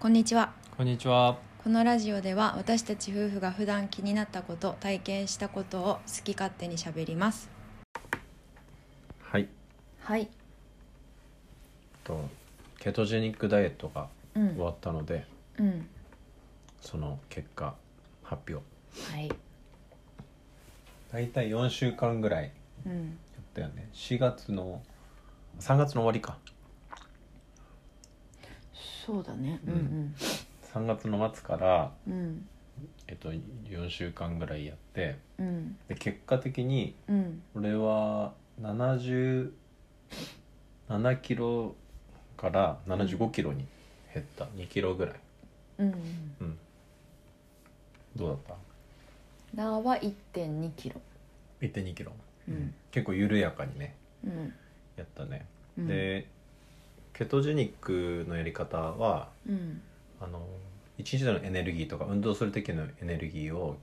こんにちはこんにちは。このラジオでは私たち夫婦が普段気になったこと体験したことを好き勝手にしゃべりますはい。はいとケトジェニックダイエットがう終んわったので、うんその結果発表。はいだいたい4週間ぐらいやうんったよね。4月の3月の終わりか。そうだねうん3月の末からうんうんえっと4週間ぐらいやって、うんで結果的にうん俺は77キロから75キロに減った、2キロぐらい。うんうん。どうだった？なは1.2キロ1.2キロ。うん結構緩やかにねうんやったね。うんでケトジェニックのやり方はうんあの一日のエネルギーとか運動する時のエネルギーを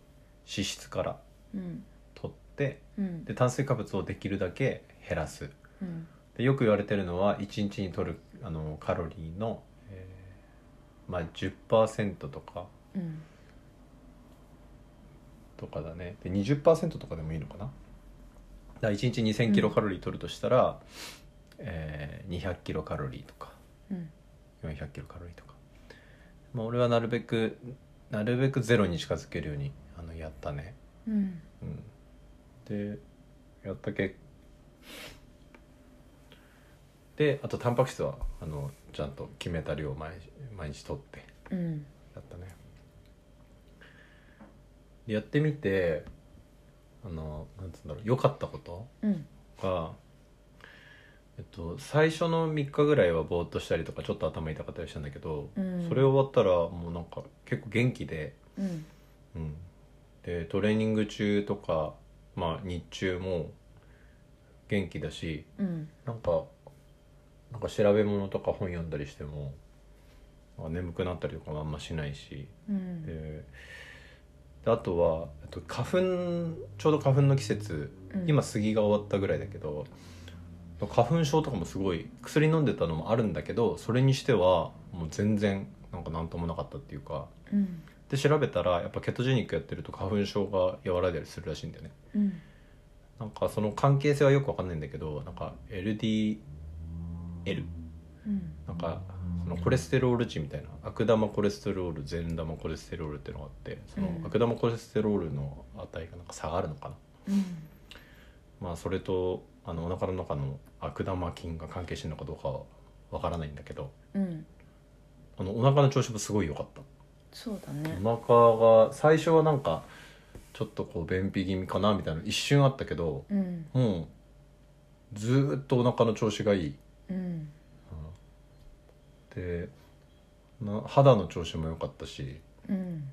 脂質からうん取ってうんで炭水化物をできるだけ減らすうんでよく言われてるのは一日に取るあのカロリーの、えーまあ、10%とかうんとかだねで20%とかでもいいのかなだ1日2 0 0 0キロカロリー取るとしたら、えー、200キロカロリーとかうん400キロカロリーとか、まあ、俺はなるべくなるべくゼロに近づけるようにあのやったね、うんうん、でやったけであとタンパク質はあのちゃんと決めた量を毎日毎日取ってうんやったねでやってみてあのなんつうんだろう良かったことうんが、えっと、最初の3日ぐらいはぼーっとしたりとかちょっと頭痛かったりしたんだけど、うんそれ終わったらもうなんか結構元気で,、うんうん、でトレーニング中とか、まあ、日中も元気だしうんなんかなんか調べ物とか本読んだりしてもなんか眠くなったりとかもあんましないしうんでであとはえっと花粉ちょうど花粉の季節、うん今杉が終わったぐらいだけど花粉症とかもすごい薬飲んでたのもあるんだけどそれにしてはもう全然なんか何ともなかったっていうかうんで調べたらやっぱケトジェニックやってると花粉症が和らいだりするらしいんだよねうんなんかその関係性はよくわかんないんだけどなんか LDL うんなんかそのコレステロール値みたいな悪玉コレステロール善玉コレステロールっていうのがあってそのうん悪玉コレステロールの値がなんか下がるのかな、うんまあ、それとあのお腹の中の悪玉菌が関係してるのかどうかはわからないんだけどうんあのお腹の調子もすごい良かったそうだねお腹が最初はなんかちょっとこう便秘気味かなみたいな一瞬あったけどうんもうずーっとお腹の調子がいいうんでな肌の調子も良かったしうん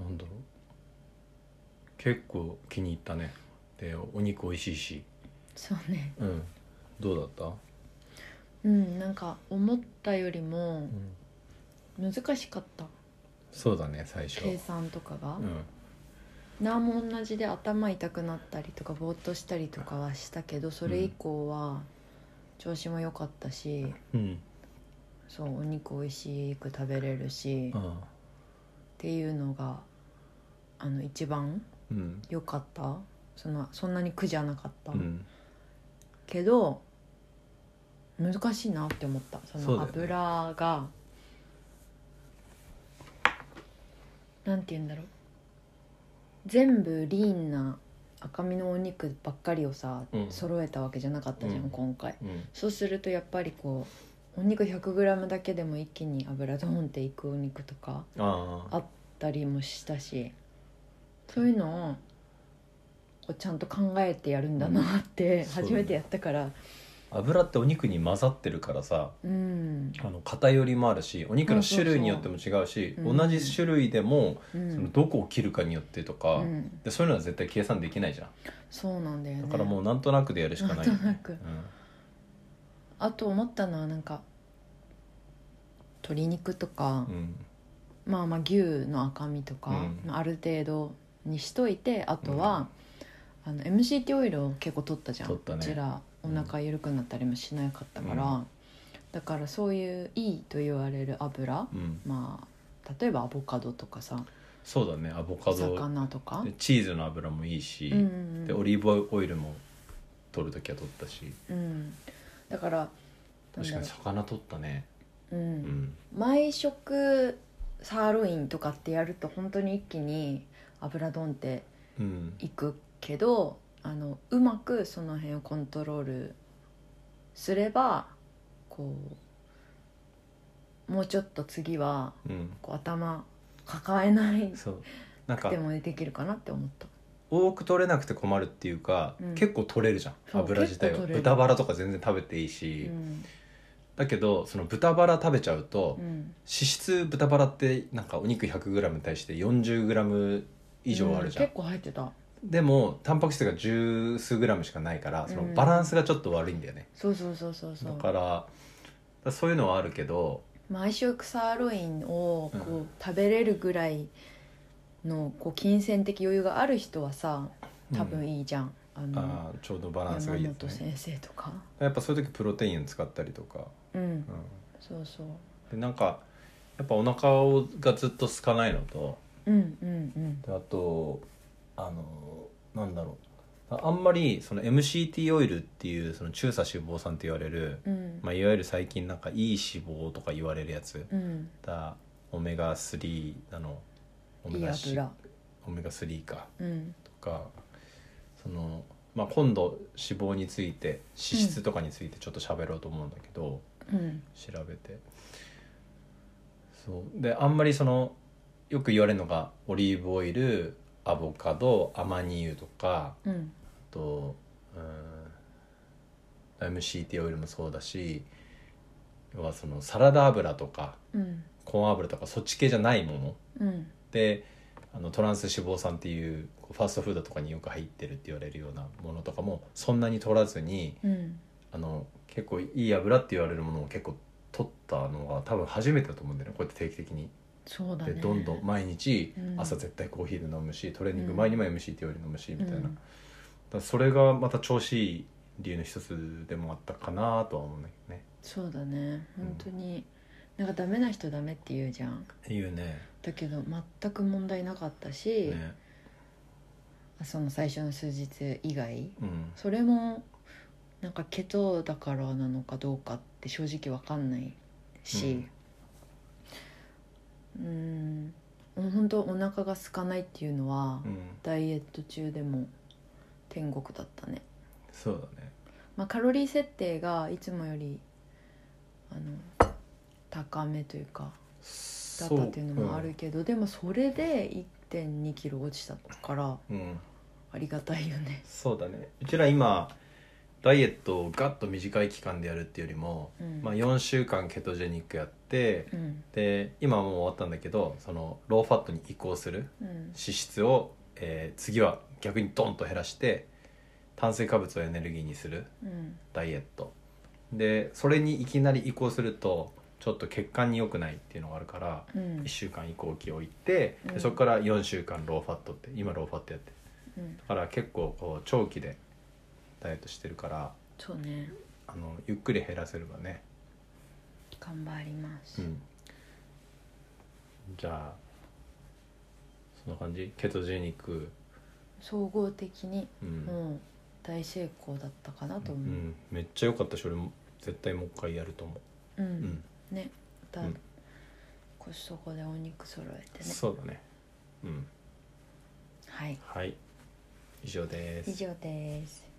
なんだろう結構気に入ったねでお肉美味しいしそうねうんどうだった、うんなんか思ったよりもうん、難しかったそうだね最初計算とかが、うん何も同じで頭痛くなったりとかぼーっとしたりとかはしたけどそれ以降は調子も良かったし、うんそうお肉美味しく食べれるし、うっんていうのがあの一番うん良かったそのそんなに苦じゃなかった、うんけど難しいなって思ったそそうのだよね油が、なんて言うんだろう全部リーンな赤身のお肉ばっかりをさ、うん揃えたわけじゃなかったじゃん、うん今回うんそうするとやっぱりこうお肉 100g だけでも一気に油ドーンっていくお肉とかあああったりもしたしそういうのをこうちゃんと考えてやるんだなって、そうだね初めてやったから油ってお肉に混ざってるからさうん、あの偏りもあるしお肉の種類によっても違うしそうそう同じ種類でも、うそのんどこを切るかによってとか、うん、でそういうのは絶対計算できないじゃんそうなんだよねだからもうなんとなくでやるしかないよねなんとなくあと思ったのはなんか鶏肉とかう、んまあまあ牛の赤身とか、うんまあある程度にしといてあとは、あの MCT オイルを結構取ったじゃん取ったねうちらお腹緩くなったりもしなかったから、うだからそういういいと言われる油うん、まあ例えばアボカドとかさそうだねアボカド魚とかでチーズの油もいいし、うんうんでうオんリーブオイルも取る時は取ったしうんだからなんだ確かろに魚取ったねう、う、うんん毎食サーロインとかってやると本当に一気に油丼ってうんいくけどあのうまくその辺をコントロールすればこうもうちょっと次はうんこう頭抱えないそうなんかでもできるかなって思った多く取れなくて困るっていうか、うん結構取れるじゃんそう油自体結は構取れる豚バラとか全然食べていいし、うんだけどその豚バラ食べちゃうと、うん脂質豚バラってなんかお肉 100g に対して 40g 以上あるじゃん、う結構入ってたでもタンパク質が十数グラムしかないからそのうんバランスがちょっと悪いんだよね、そうそうそうそうそだうからだからそういうのはあるけど毎週サーロインをこう、うん食べれるぐらいのこう金銭的余裕がある人はさ多う分んいいじゃん、あのあーちょうどバランス山がいいやつ本ね先生とかやっぱそういう時プロテイン使ったりとか、うんうんそうそうでなんかやっぱお腹をがずっと空かないのとうんうんうんであとあのなんだろうあんまりその MCT オイルっていうその中鎖脂肪酸と言われる、うんまあ、いわゆる最近なんかいい脂肪とか言われるやつうんだオメガ3なのオいメいガシ油オメガ3かうんとかその、まあ、今度脂肪について脂質とかについてちょっと喋ろうと思うんだけど、うん調べてそうであんまりそのよく言われるのがオリーブオイルアボカドアマニ油とかうんあとうーん MCT オイルもそうだし要はそのサラダ油とかうんコーン油とかそっち系じゃないものうんであのトランス脂肪酸っていうこうファストフードとかによく入ってるって言われるようなものとかもそんなに取らずにうんあの結構いい油って言われるものを結構取ったのが多分初めてだと思うんだよねこうやって定期的に。そうだでねどんどん毎日うん朝絶対コーヒーで飲むしトレーニングうん前にも MCT より飲むしみたいな、うんだからそれがまた調子いい理由の一つでもあったかなとは思うんだけどね。そうだねうん本当に、なんかダメな人ダメって言うじゃんいうね。だけど全く問題なかったし、ねその最初の数日以外うんそれもなんかケトだからなのかどうかって正直わかんないしうんもう本当お腹が空かないっていうのは、うん、ダイエット中でも天国だったね、そうだね。まあ、カロリー設定がいつもよりあの高めというかだったっていうのもあるけど、でもそれで1 2キロ落ちたからそう。うん、うんありがたいよね。そうだねうちら今ダイエットをガッと短い期間でやるっていうよりも、うんまあ、4週間ケトジェニックやってうんで今はもう終わったんだけどそのローファットに移行するうん脂質を、えー次は逆にドンと減らして炭水化物をエネルギーにするうんダイエットでそれにいきなり移行するとちょっと血管に良くないっていうのがあるからうん1週間移行期を置いて、でうんそこから4週間ローファットって今ローファットやってうんだから結構こう長期でダイエットしてるからそうねあのゆっくり減らせればね、頑張ります、うん、じゃあそんな感じケトジェニック、総合的にうんもう大成功だったかなとう思う、うんん、めっちゃ良かったし俺も絶対もう一回やると思う、うんねまた、うんコストコでお肉揃えてねそうだねうんはいはい以上です以上です